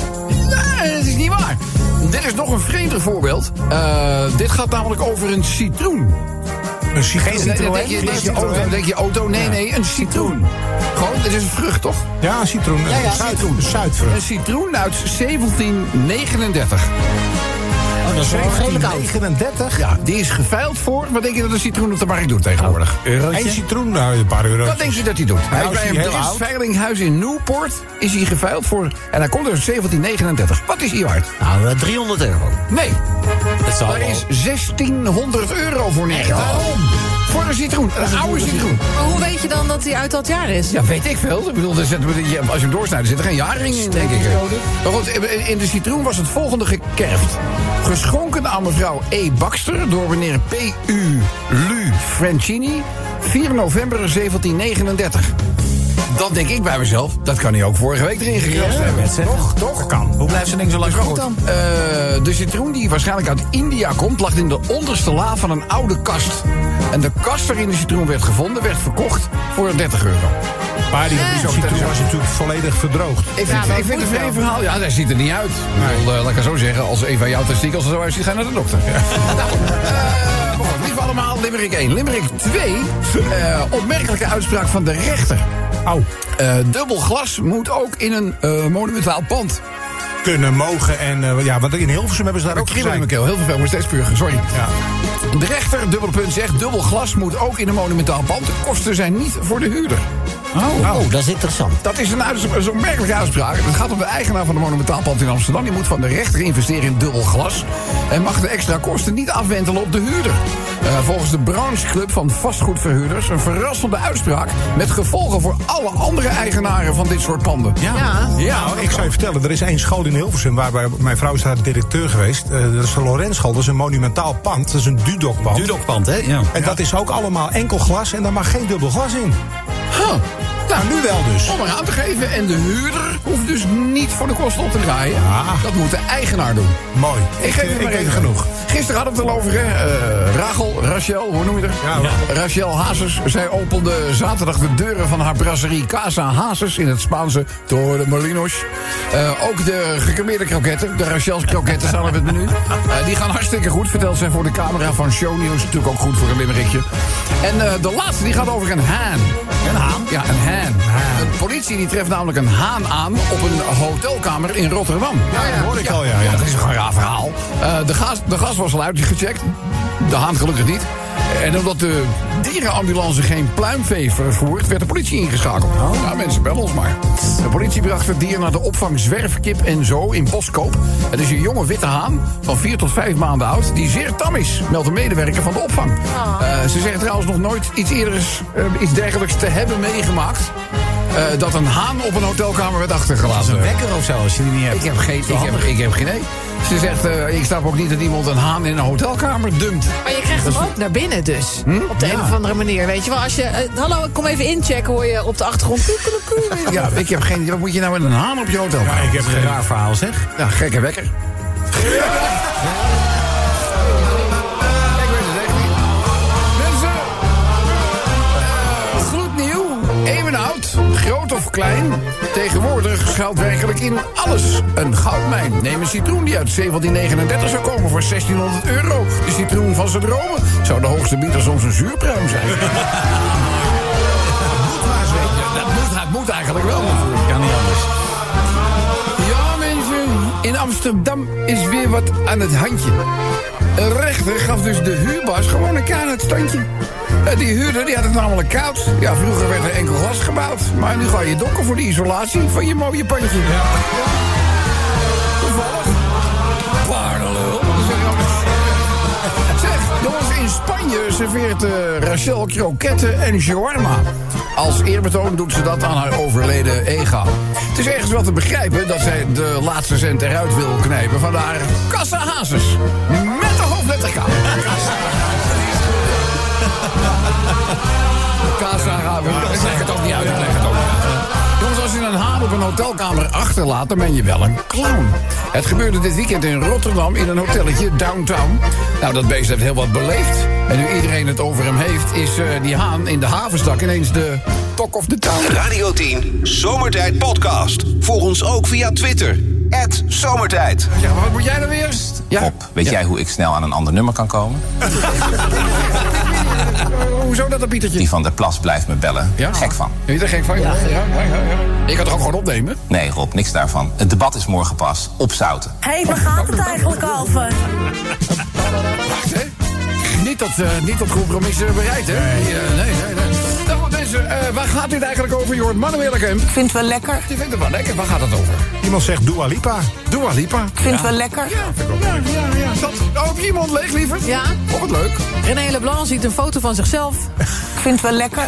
[SPEAKER 2] Nee, dat is niet waar. Dit is nog een vreemder voorbeeld. Eh, dit gaat namelijk over een citroen.
[SPEAKER 8] Een citroen.
[SPEAKER 2] Nee, dan denk je,
[SPEAKER 8] Geen
[SPEAKER 2] denk je
[SPEAKER 8] citroën.
[SPEAKER 2] auto, dan denk je auto. Nee, nee, een citroen. Gewoon, dit is een vrucht, toch?
[SPEAKER 8] Ja, een citroen. Ja,
[SPEAKER 7] ja,
[SPEAKER 8] Zuidvrucht.
[SPEAKER 2] Een citroen uit 1739.
[SPEAKER 5] Oh, dat is wel
[SPEAKER 7] redelijk oud.
[SPEAKER 5] 39.
[SPEAKER 2] Ja, die is geveild voor. Wat denk je dat een citroen op de markt doet tegenwoordig?
[SPEAKER 8] Eén citroen, nou, een paar euro.
[SPEAKER 2] Wat denk je dat hij doet? Hij is
[SPEAKER 8] eh, nou, is
[SPEAKER 2] bij
[SPEAKER 8] hij
[SPEAKER 2] een
[SPEAKER 8] heel
[SPEAKER 2] Brits
[SPEAKER 8] oud?
[SPEAKER 2] veilinghuis in Newport is hij geveild voor. En hij komt uit 1739. Wat is hij waard?
[SPEAKER 7] Nou, eh, 300 euro.
[SPEAKER 2] Nee,
[SPEAKER 5] Dat zal
[SPEAKER 2] daar
[SPEAKER 5] wel.
[SPEAKER 2] is 1600 euro voor neergelegd. Waarom? Voor een citroen, een oude citroen.
[SPEAKER 6] Maar hoe weet je dan dat hij uit dat jaar is?
[SPEAKER 2] Ja, weet ik veel. Ik bedoel, er zit- je- als je hem doorsnijdt, er zit er geen jaring in, denk ik. Maar goed, in- in de citroen was het volgende gekerfd. Geschonken aan mevrouw E. Baxter door meneer P.U. Lu Francini. 4 november 1739. Dan denk ik bij mezelf, dat kan hij ook vorige week erin gekrast hebben.
[SPEAKER 5] Toch, toch? kan. Hoe blijft zo'n ding zo lang goed dan?
[SPEAKER 2] Eh, de citroen die waarschijnlijk uit India komt, lag in de onderste la van een oude kast. En de kast waarin de citroen werd gevonden, werd verkocht voor 30 euro.
[SPEAKER 8] Maar die die citroen was natuurlijk volledig verdroogd.
[SPEAKER 2] Ik vind,
[SPEAKER 6] Ja, maar
[SPEAKER 2] ik vind
[SPEAKER 6] goed
[SPEAKER 2] het een vreemd
[SPEAKER 6] wel.
[SPEAKER 2] verhaal. Ja, dat ziet er niet uit. Ik bedoel, eh, laat ik het zo zeggen, als een van jouw testikels er zo uitziet, ga je naar de dokter. nou, eh, maar goed, lief allemaal, Limerick 1. Limerick 2, eh, opmerkelijke uitspraak van de rechter.
[SPEAKER 8] Au.
[SPEAKER 2] Eh, dubbel glas moet ook in een eh, monumentaal pand.
[SPEAKER 8] Kunnen, mogen en... eh, ja, want in Hilversum hebben ze daar ook
[SPEAKER 2] Ook kriebel in mijn
[SPEAKER 8] gezien.
[SPEAKER 2] keel, heel vervelend, maar steeds purgen, sorry.
[SPEAKER 8] Ja.
[SPEAKER 2] De rechter, dubbel punt, zegt, dubbel glas moet ook in een monumentaal pand. De kosten zijn niet voor de huurder.
[SPEAKER 7] Oh, dat is interessant.
[SPEAKER 2] Dat is een, uits- een opmerkelijke uitspraak. Het gaat om de eigenaar van de monumentaalpand in Amsterdam. Die moet van de rechter investeren in dubbel glas. En mag de extra kosten niet afwentelen op de huurder. Eh, volgens de brancheclub van vastgoedverhuurders een verrassende uitspraak. Met gevolgen voor alle andere eigenaren van dit soort panden.
[SPEAKER 6] Ja.
[SPEAKER 8] Ja, nou, ik zou je vertellen, er is één school in Hilversum... waar bij- mijn vrouw is daar directeur geweest. Eh, dat is de Lorenzschool, dat is een monumentaal pand. Dat is een Dudokpand.
[SPEAKER 5] Dudokpand, hè? Ja.
[SPEAKER 8] En dat is ook allemaal enkel glas en daar mag geen dubbel glas in.
[SPEAKER 2] Huh. Nou,
[SPEAKER 8] Nu wel dus.
[SPEAKER 2] Om eraan te geven. En de huurder hoeft dus niet voor de kosten op te draaien.
[SPEAKER 8] Ja.
[SPEAKER 2] Dat moet de eigenaar doen.
[SPEAKER 8] Mooi.
[SPEAKER 2] Ik geef
[SPEAKER 8] eh,
[SPEAKER 2] het maar
[SPEAKER 8] weet
[SPEAKER 2] even genoeg. Gisteren hadden we het al over, hè? Eh, Rachel, Rachel, hoe noem je haar?
[SPEAKER 8] Ja.
[SPEAKER 2] Rachel Hazes. Zij opende zaterdag de deuren van haar brasserie Casa Hazes in het Spaanse Torre de Molinos. Eh, ook de gecremeerde kroketten, de Rachel's kroketten staan op het menu. Eh, die gaan hartstikke goed, vertelt zij voor de camera van Show News. Natuurlijk ook goed voor een limmerikje. En eh, de laatste die gaat over een haan. Een haan? Ja, een haan. De politie die treft namelijk een haan aan op een hotelkamer in Rotterdam. Ja,
[SPEAKER 8] dat hoor ik al, ja, ja.
[SPEAKER 2] Dat is toch een raar verhaal. Eh, de, gas, de gas was al uitgecheckt. De haan gelukkig niet. En omdat de dierenambulance geen pluimvee vervoert, werd de politie ingeschakeld. Ja, mensen, bel ons maar. De politie bracht het dier naar de opvang Zwerfkip en Zo in Boskoop. Het is een jonge witte haan van 4 tot 5 maanden oud... die zeer tam is, meldt een medewerker van de opvang. Eh, ze zeggen trouwens nog nooit iets, eerders, eh, iets dergelijks te hebben meegemaakt... eh, dat een haan op een hotelkamer werd achtergelaten.
[SPEAKER 5] Een wekker of zo, als je die niet hebt.
[SPEAKER 2] Ik heb geen, ik heb, ik heb geen idee. Ze zegt, eh, ik snap ook niet dat iemand een haan in een hotelkamer dumpt.
[SPEAKER 6] Maar je krijgt hem ook naar binnen dus.
[SPEAKER 2] Hm?
[SPEAKER 6] Op de een of andere manier, weet je wel. Als je, eh, hallo, ik kom even inchecken, hoor je op de achtergrond. koek, koek, koek.
[SPEAKER 2] Ja, ik heb geen idee. Wat moet je nou met een haan op je hotelkamer?
[SPEAKER 8] Ik heb
[SPEAKER 5] Een
[SPEAKER 8] geen...
[SPEAKER 5] raar verhaal, zeg.
[SPEAKER 2] Ja, gekke wekker. Ja. Ik weet het echt niet. Mensen, eh, gloednieuw, eeuwen oud, groot of klein. Tegenwoordig schuilt werkelijk in alles een goudmijn. Neem een citroen die uit 1739 zou komen voor 1600 euro. De citroen van zijn dromen zou de hoogste bieder soms een zuurpruim zijn. Dat moet maar, zeker. Dat moet, dat moet eigenlijk wel. natuurlijk. Kan niet anders. Ja, mensen. In Amsterdam is weer wat aan het handje. Een rechter gaf dus de huurbaas gewoon een kaart het standje. Eh, Die huurder die had het namelijk koud. Ja, vroeger werd er enkel glas gebouwd. Maar nu ga je dokken voor de isolatie van je mooie pandje. Ja. Toevallig. Paardenlul. nou Zeg, jongens, in Spanje serveert eh, Rachel kroketten en shawarma. Als eerbetoon doet ze dat aan haar overleden ega. Het is ergens wel te begrijpen dat zij de laatste cent eruit wil knijpen van haar kassahazes. Met de hoofdletter K. Kassahazes. Ik leg het ook niet uit, ik leg het ook niet uit. Jongens, als je een haan op een hotelkamer achterlaat, dan ben je wel een clown. Het gebeurde dit weekend in Rotterdam in een hotelletje downtown. Nou, dat beest heeft heel wat beleefd. En nu iedereen het over hem heeft, is eh, die haan in de havenstak ineens de tok of the town.
[SPEAKER 1] Radio 10, Zomertijd Podcast. Volg ons ook via Twitter. Zomertijd.
[SPEAKER 2] Ja, maar wat moet jij nou eerst? Ja.
[SPEAKER 11] Weet jij hoe ik snel aan een ander nummer kan komen?
[SPEAKER 2] Hoezo dat, dat Pietertje?
[SPEAKER 11] Die van der Plas blijft me bellen.
[SPEAKER 2] Ja?
[SPEAKER 11] Gek van.
[SPEAKER 2] Ben je er gek van? Ja, ja, ja, ja, Ik kan het ook gewoon opnemen.
[SPEAKER 11] Nee, Rob, niks daarvan. Het debat is morgen pas. Opzouten.
[SPEAKER 9] Hé, hey, waar gaat het eigenlijk over?
[SPEAKER 2] Niet tot, eh, niet tot compromissen bereid, hè? Nee, eh, nee, nee. nee. Nou, goed, mensen, eh, waar gaat dit eigenlijk over? Je hoort Manuela Kemp.
[SPEAKER 9] Ik vind het wel lekker.
[SPEAKER 2] Je vindt het wel lekker. Waar gaat het over?
[SPEAKER 8] Iemand zegt Dua Lipa.
[SPEAKER 2] Dua Lipa.
[SPEAKER 9] Ik vind het wel lekker.
[SPEAKER 2] Ja, ja, ja, ja. Dat, oh, heb je iemand leeg, lieverd?
[SPEAKER 6] Ja.
[SPEAKER 2] Oh, wat leuk.
[SPEAKER 6] René Leblanc ziet een foto van zichzelf.
[SPEAKER 9] Ik vind het wel lekker.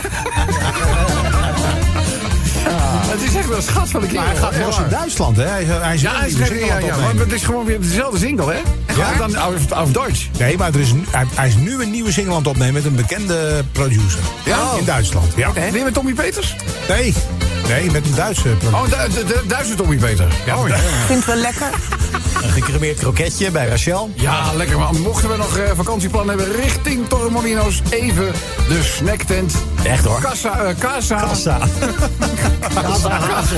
[SPEAKER 2] Het is echt wel een schat van een keer.
[SPEAKER 5] Maar hij
[SPEAKER 2] hoor.
[SPEAKER 5] gaat
[SPEAKER 2] Heel
[SPEAKER 5] los in
[SPEAKER 2] waar.
[SPEAKER 5] Duitsland, hè? Hij, hij is
[SPEAKER 2] Ja, hij is gek. Ja, ja, maar het is gewoon weer dezelfde single, hè? Ja. Dan af, af Duits.
[SPEAKER 8] Nee, maar er is, een- hij, hij is nu een nieuwe single aan het opnemen met een bekende producer.
[SPEAKER 2] Ja?
[SPEAKER 8] In Duitsland. Ja.
[SPEAKER 2] Weer met Tommy Peters?
[SPEAKER 8] Nee. Nee, met een Duitse producer.
[SPEAKER 2] Oh, du du- du- Duitse Tommy Peters. Ja, ja.
[SPEAKER 9] Ik vind het wel lekker.
[SPEAKER 5] Een gecremeerd kroketje bij Rachel.
[SPEAKER 2] Ja, lekker man. Mochten we nog eh, vakantieplan hebben richting Torremolino's, even de snacktent.
[SPEAKER 5] Echt, hoor.
[SPEAKER 2] Casa, eh, casa, casa,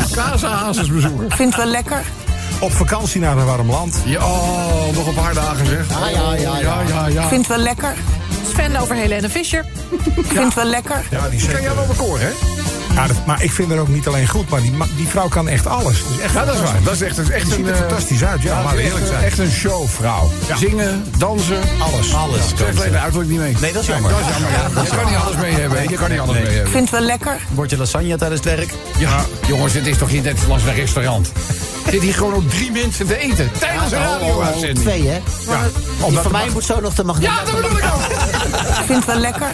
[SPEAKER 5] Kassa.
[SPEAKER 2] hazes bezoeken.
[SPEAKER 9] Ik vind het wel lekker.
[SPEAKER 8] Op vakantie naar een warm land.
[SPEAKER 2] Ja, oh, nog een paar dagen zeg.
[SPEAKER 7] Ja, ja, ja, ja.
[SPEAKER 2] ja,
[SPEAKER 9] Ik
[SPEAKER 2] ja.
[SPEAKER 9] vind het wel lekker.
[SPEAKER 6] Sven over Helene Fischer.
[SPEAKER 9] Ik vind het wel lekker.
[SPEAKER 8] Ja, die
[SPEAKER 2] Ken jij wel een koor, hè?
[SPEAKER 8] Ja, dat- maar ik vind haar ook niet alleen goed, maar die, ma- die vrouw kan echt alles. Dus echt
[SPEAKER 2] Ja, dat is waar. Dat is echt, dat is echt
[SPEAKER 8] ziet
[SPEAKER 2] een...
[SPEAKER 8] er
[SPEAKER 2] eh,
[SPEAKER 8] fantastisch uit, ja,
[SPEAKER 2] dat
[SPEAKER 8] laten we
[SPEAKER 2] is echt
[SPEAKER 8] eerlijk
[SPEAKER 2] een-
[SPEAKER 8] zijn.
[SPEAKER 2] Echt een showvrouw. Zingen, dansen,
[SPEAKER 8] alles.
[SPEAKER 5] Alles.
[SPEAKER 2] Ze heeft alleen de uiterlijk niet mee.
[SPEAKER 5] Nee, dat is jammer.
[SPEAKER 2] Nou, Dat is jammer, ja. Je kan niet alles mee hebben. Je kan niet alles
[SPEAKER 5] Nee.
[SPEAKER 2] mee
[SPEAKER 9] Ik
[SPEAKER 2] hebben.
[SPEAKER 9] vind het wel lekker.
[SPEAKER 5] Word je lasagne tijdens het werk?
[SPEAKER 2] Ja, jongens, dit is toch niet net als een restaurant? Zit hier gewoon ook drie mensen te eten tijdens een radio-uitzending?
[SPEAKER 7] Oh, Twee, hè?
[SPEAKER 2] Ja,
[SPEAKER 7] Die van mij moet zo nog de magneet.
[SPEAKER 2] ja, dat bedoel ik ook.
[SPEAKER 9] Ik vind het wel lekker.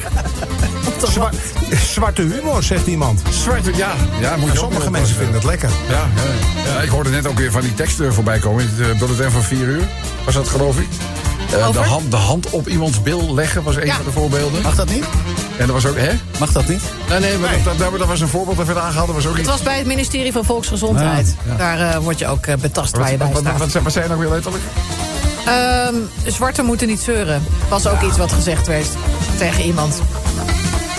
[SPEAKER 8] Zwa- Eh, zwarte humor, zegt iemand. Nou,
[SPEAKER 2] Zwarte, ja. ja moet je ook
[SPEAKER 8] Sommige
[SPEAKER 2] wel
[SPEAKER 8] mensen
[SPEAKER 2] passen.
[SPEAKER 8] vinden het lekker.
[SPEAKER 2] Ja, ja, ja, ik hoorde net ook weer van die teksten voorbij komen. In het eh, bulletin van 4 uur was dat, geloof ik. Eh, de,
[SPEAKER 6] Over?
[SPEAKER 2] hand, de hand op iemands bil leggen was een van de voorbeelden.
[SPEAKER 5] Mag dat niet?
[SPEAKER 2] En dat was ook, hè?
[SPEAKER 5] Mag dat niet?
[SPEAKER 2] Nee, nee, maar Dat, dat, dat was een voorbeeld dat we aangehaald. Dat was ook
[SPEAKER 6] Het
[SPEAKER 2] iets.
[SPEAKER 6] was bij het ministerie van Volksgezondheid. Daar eh, word je ook eh, betast waar
[SPEAKER 2] Wat,
[SPEAKER 6] je bij
[SPEAKER 2] wat,
[SPEAKER 6] staat.
[SPEAKER 2] wat, wat zei je nou weer letterlijk?
[SPEAKER 6] Ehm, zwarten moeten niet zeuren. Was ook iets wat gezegd werd tegen iemand.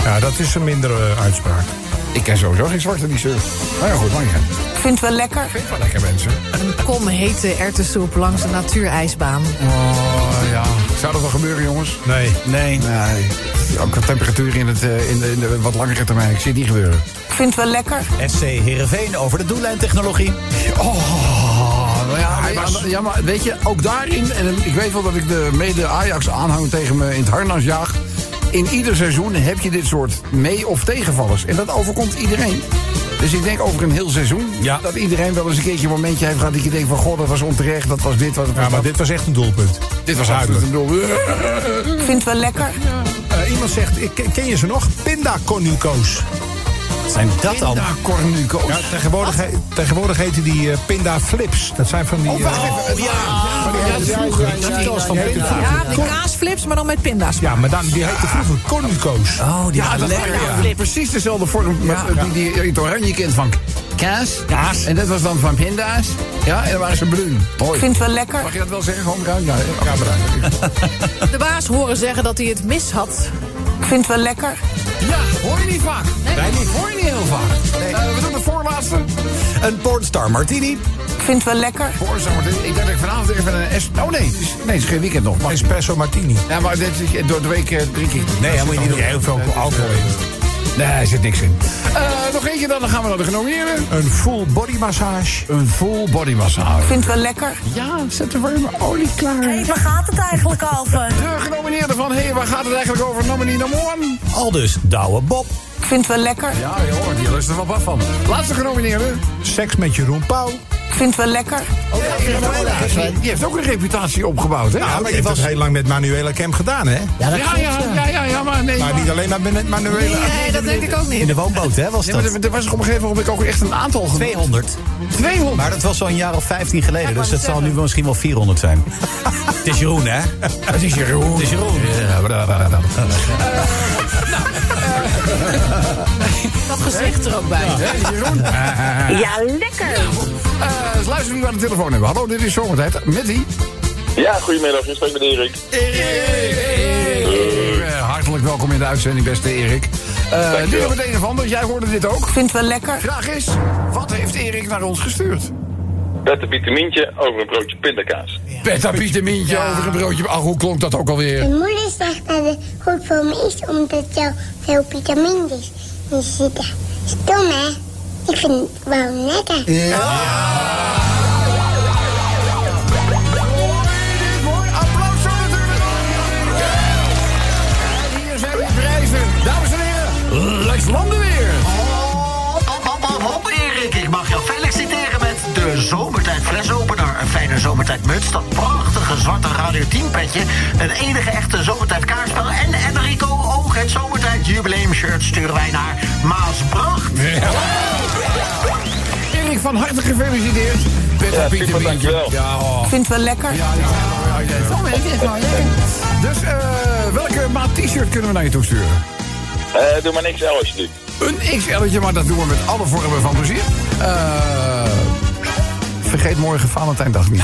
[SPEAKER 8] Ja, dat is een mindere eh, uitspraak.
[SPEAKER 2] Ik ken sowieso geen zwarte die surf. Nou ja, goed, man.
[SPEAKER 9] Ik vind het wel lekker.
[SPEAKER 2] Vind wel lekker, mensen.
[SPEAKER 6] Een kom hete erwtensoep langs de natuurijsbaan.
[SPEAKER 2] Oh, ja. Zou dat wel gebeuren, jongens?
[SPEAKER 8] Nee.
[SPEAKER 5] Nee.
[SPEAKER 2] Nee. Ook wat temperatuur in, het, eh, in, de, in de wat langere termijn. Ik zie het niet gebeuren.
[SPEAKER 9] Ik vind het wel lekker.
[SPEAKER 5] FC Heerenveen over de doellijntechnologie.
[SPEAKER 2] Oh, nou ja, ja, maar- ja, maar weet je, ook daarin... en ik weet wel dat ik de mede-Ajax-aanhang tegen me in het harnas jaag... in ieder seizoen heb je dit soort mee- of tegenvallers. En dat overkomt iedereen. Dus ik denk over een heel seizoen...
[SPEAKER 5] Ja.
[SPEAKER 2] dat iedereen wel eens een keertje een momentje heeft gehad... dat je denkt van, god, dat was onterecht, dat was dit, wat was
[SPEAKER 8] Ja, maar
[SPEAKER 2] dat.
[SPEAKER 8] dit was echt een doelpunt.
[SPEAKER 2] Dit was absoluut een doel.
[SPEAKER 9] Ik vind het wel lekker.
[SPEAKER 8] Eh, iemand zegt, ik, ken je ze nog? Pindaconuco's.
[SPEAKER 5] Zijn dat dan?
[SPEAKER 2] Daar Cornuco's.
[SPEAKER 8] Ja, tegenwoordig, he- tegenwoordig heten die eh, Pinda Flips. Dat zijn van die... eh,
[SPEAKER 6] Ja, de kaasflips, maar dan met pinda's.
[SPEAKER 8] ja, maar dan, die heten vroeger Conuco's.
[SPEAKER 5] Oh, die
[SPEAKER 2] Ja, dat
[SPEAKER 5] lekker.
[SPEAKER 2] waren ja, precies dezelfde vorm met, eh, die, die je in het oranje kent van kaas.
[SPEAKER 5] Kaas.
[SPEAKER 2] En dat was dan van pinda's. Ja, en dan waren ze bruin.
[SPEAKER 9] Ik
[SPEAKER 2] Mooi.
[SPEAKER 9] vind het wel lekker.
[SPEAKER 2] Mag je dat wel zeggen? Gewoon bruin? Ja, hè? ja bruin.
[SPEAKER 6] De baas horen zeggen dat hij het mis had.
[SPEAKER 9] Ik vind het wel lekker.
[SPEAKER 2] Ja, hoor je niet vaak.
[SPEAKER 6] Nee.
[SPEAKER 2] Wij niet. Hoor je niet heel vaak. Eh, we doen de voorlaatste.
[SPEAKER 5] Een pornstar martini.
[SPEAKER 9] Ik vind het wel lekker.
[SPEAKER 2] Hoorzaam, maar dit- ik denk dat ik vanavond even een... es- Oh nee, het is, nee, het is geen weekend nog. Maar,
[SPEAKER 8] Espresso martini.
[SPEAKER 2] ja, maar dit is- door de week eh, drink ik.
[SPEAKER 8] Nee, helemaal niet doen. Heel veel alcohol in.
[SPEAKER 2] Nee, er zit niks in. Eh, nog eentje dan, dan gaan we naar de genomineerden.
[SPEAKER 8] Een full body massage.
[SPEAKER 2] Een full body
[SPEAKER 9] Ik
[SPEAKER 2] massage.
[SPEAKER 9] vind het wel lekker.
[SPEAKER 2] Ja, zet de warme olie klaar.
[SPEAKER 9] waar gaat het eigenlijk over?
[SPEAKER 2] De genomineerde van, hé, hey, waar gaat het eigenlijk over? Nominee number one.
[SPEAKER 5] Al dus Douwe Bob.
[SPEAKER 9] Ik vind het wel lekker.
[SPEAKER 2] Ja, joh, Oh, die lust er wel wat van. Laatste genomineerde.
[SPEAKER 8] Seks met Jeroen Pauw.
[SPEAKER 9] Ik vind het wel lekker.
[SPEAKER 2] Oh, Eh, Die heeft ook een reputatie opgebouwd, hè?
[SPEAKER 8] Ja, maar je was heel lang met Manuela Kemp gedaan, hè?
[SPEAKER 7] Ja, dat
[SPEAKER 2] Ja, ja, ja, ja, ja, maar nee.
[SPEAKER 8] Maar niet alleen maar met Manuela.
[SPEAKER 6] Nee, dat denk ik ook
[SPEAKER 5] In
[SPEAKER 6] niet.
[SPEAKER 5] de woonboot, hè, was
[SPEAKER 2] Nee, maar
[SPEAKER 5] dat?
[SPEAKER 2] er- er was op een gegeven moment ook echt een aantal genomen.
[SPEAKER 5] 200.
[SPEAKER 2] 200.
[SPEAKER 5] Maar dat was zo'n jaar of 15 geleden,
[SPEAKER 6] Ja, ik
[SPEAKER 5] dus dat
[SPEAKER 6] wou net
[SPEAKER 5] zal nu
[SPEAKER 6] zeggen.
[SPEAKER 5] wel misschien wel 400 zijn. Het is Jeroen, hè? Het is Jeroen. Het is Jeroen.
[SPEAKER 6] Dat gezicht er ook bij.
[SPEAKER 2] Hé, Jeroen.
[SPEAKER 12] Ja, lekker.
[SPEAKER 2] Eh, eens luisteren wie we aan de telefoon hebben. Hallo, dit is Zomertijd. Met die?
[SPEAKER 13] Ja, goedemiddag. Je spreekt met Erik.
[SPEAKER 2] Eh, hartelijk welkom in de uitzending, beste Erik. Eh,
[SPEAKER 13] Dankjewel.
[SPEAKER 2] nu hebben we het een of ander. Jij hoorde dit ook.
[SPEAKER 9] Ik vind het wel lekker.
[SPEAKER 2] Vraag is, wat heeft Erik naar ons gestuurd?
[SPEAKER 13] Met een vitamintje over een broodje pindakaas.
[SPEAKER 2] Petapitemintje over een broodje. Ach, hoe klonk dat ook alweer?
[SPEAKER 12] Mijn moeder zegt dat het goed voor me is omdat er zo veel vitamines in zitten. Stom hè? Ik vind het wel lekker.
[SPEAKER 2] Mooi, applaus zo natuurlijk. En hier zijn de prijzen. Dames en heren, Lex Landen weer.
[SPEAKER 7] Hop, hop, hop, hop, Erik. Ik mag jou feliciteren met de Zomertijd Fresopener. Een fijne zomertijdmuts, dat prachtige zwarte Radio 10 petje. Een enige echte zomertijd kaartspel. En Enrico ook het Zomertijd Jubileum shirt sturen wij naar Maasbracht.
[SPEAKER 2] Erik, van harte
[SPEAKER 13] Ja,
[SPEAKER 2] gefeliciteerd. Petapitemintje.
[SPEAKER 13] super, dankjewel.
[SPEAKER 2] Ja, oh.
[SPEAKER 9] Ik vind het wel lekker.
[SPEAKER 2] Dus eh, welke maat t-shirt kunnen we naar je toe sturen?
[SPEAKER 13] Eh, doe maar niks L alsjeblieft.
[SPEAKER 2] Een XL'tje, maar dat doen we met alle vormen van plezier. Eh, vergeet morgen Valentijndag niet.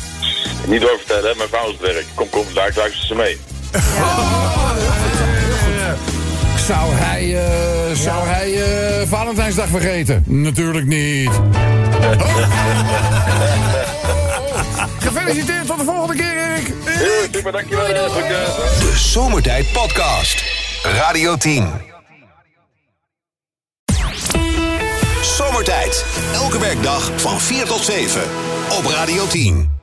[SPEAKER 13] Niet doorvertellen, hè. Mijn vrouw is op het werk. Kom, kom, daar luisteren ze mee.
[SPEAKER 2] Zou hij, eh, zou hij eh, Valentijnsdag vergeten? Natuurlijk niet. Gefeliciteerd, tot de volgende keer, Erik.
[SPEAKER 13] Heel super, dankjewel. hè. Goed, eh,
[SPEAKER 1] De Zomertijd Podcast. Radio 10. Zomertijd. Elke werkdag van 4 tot 7. Op Radio 10.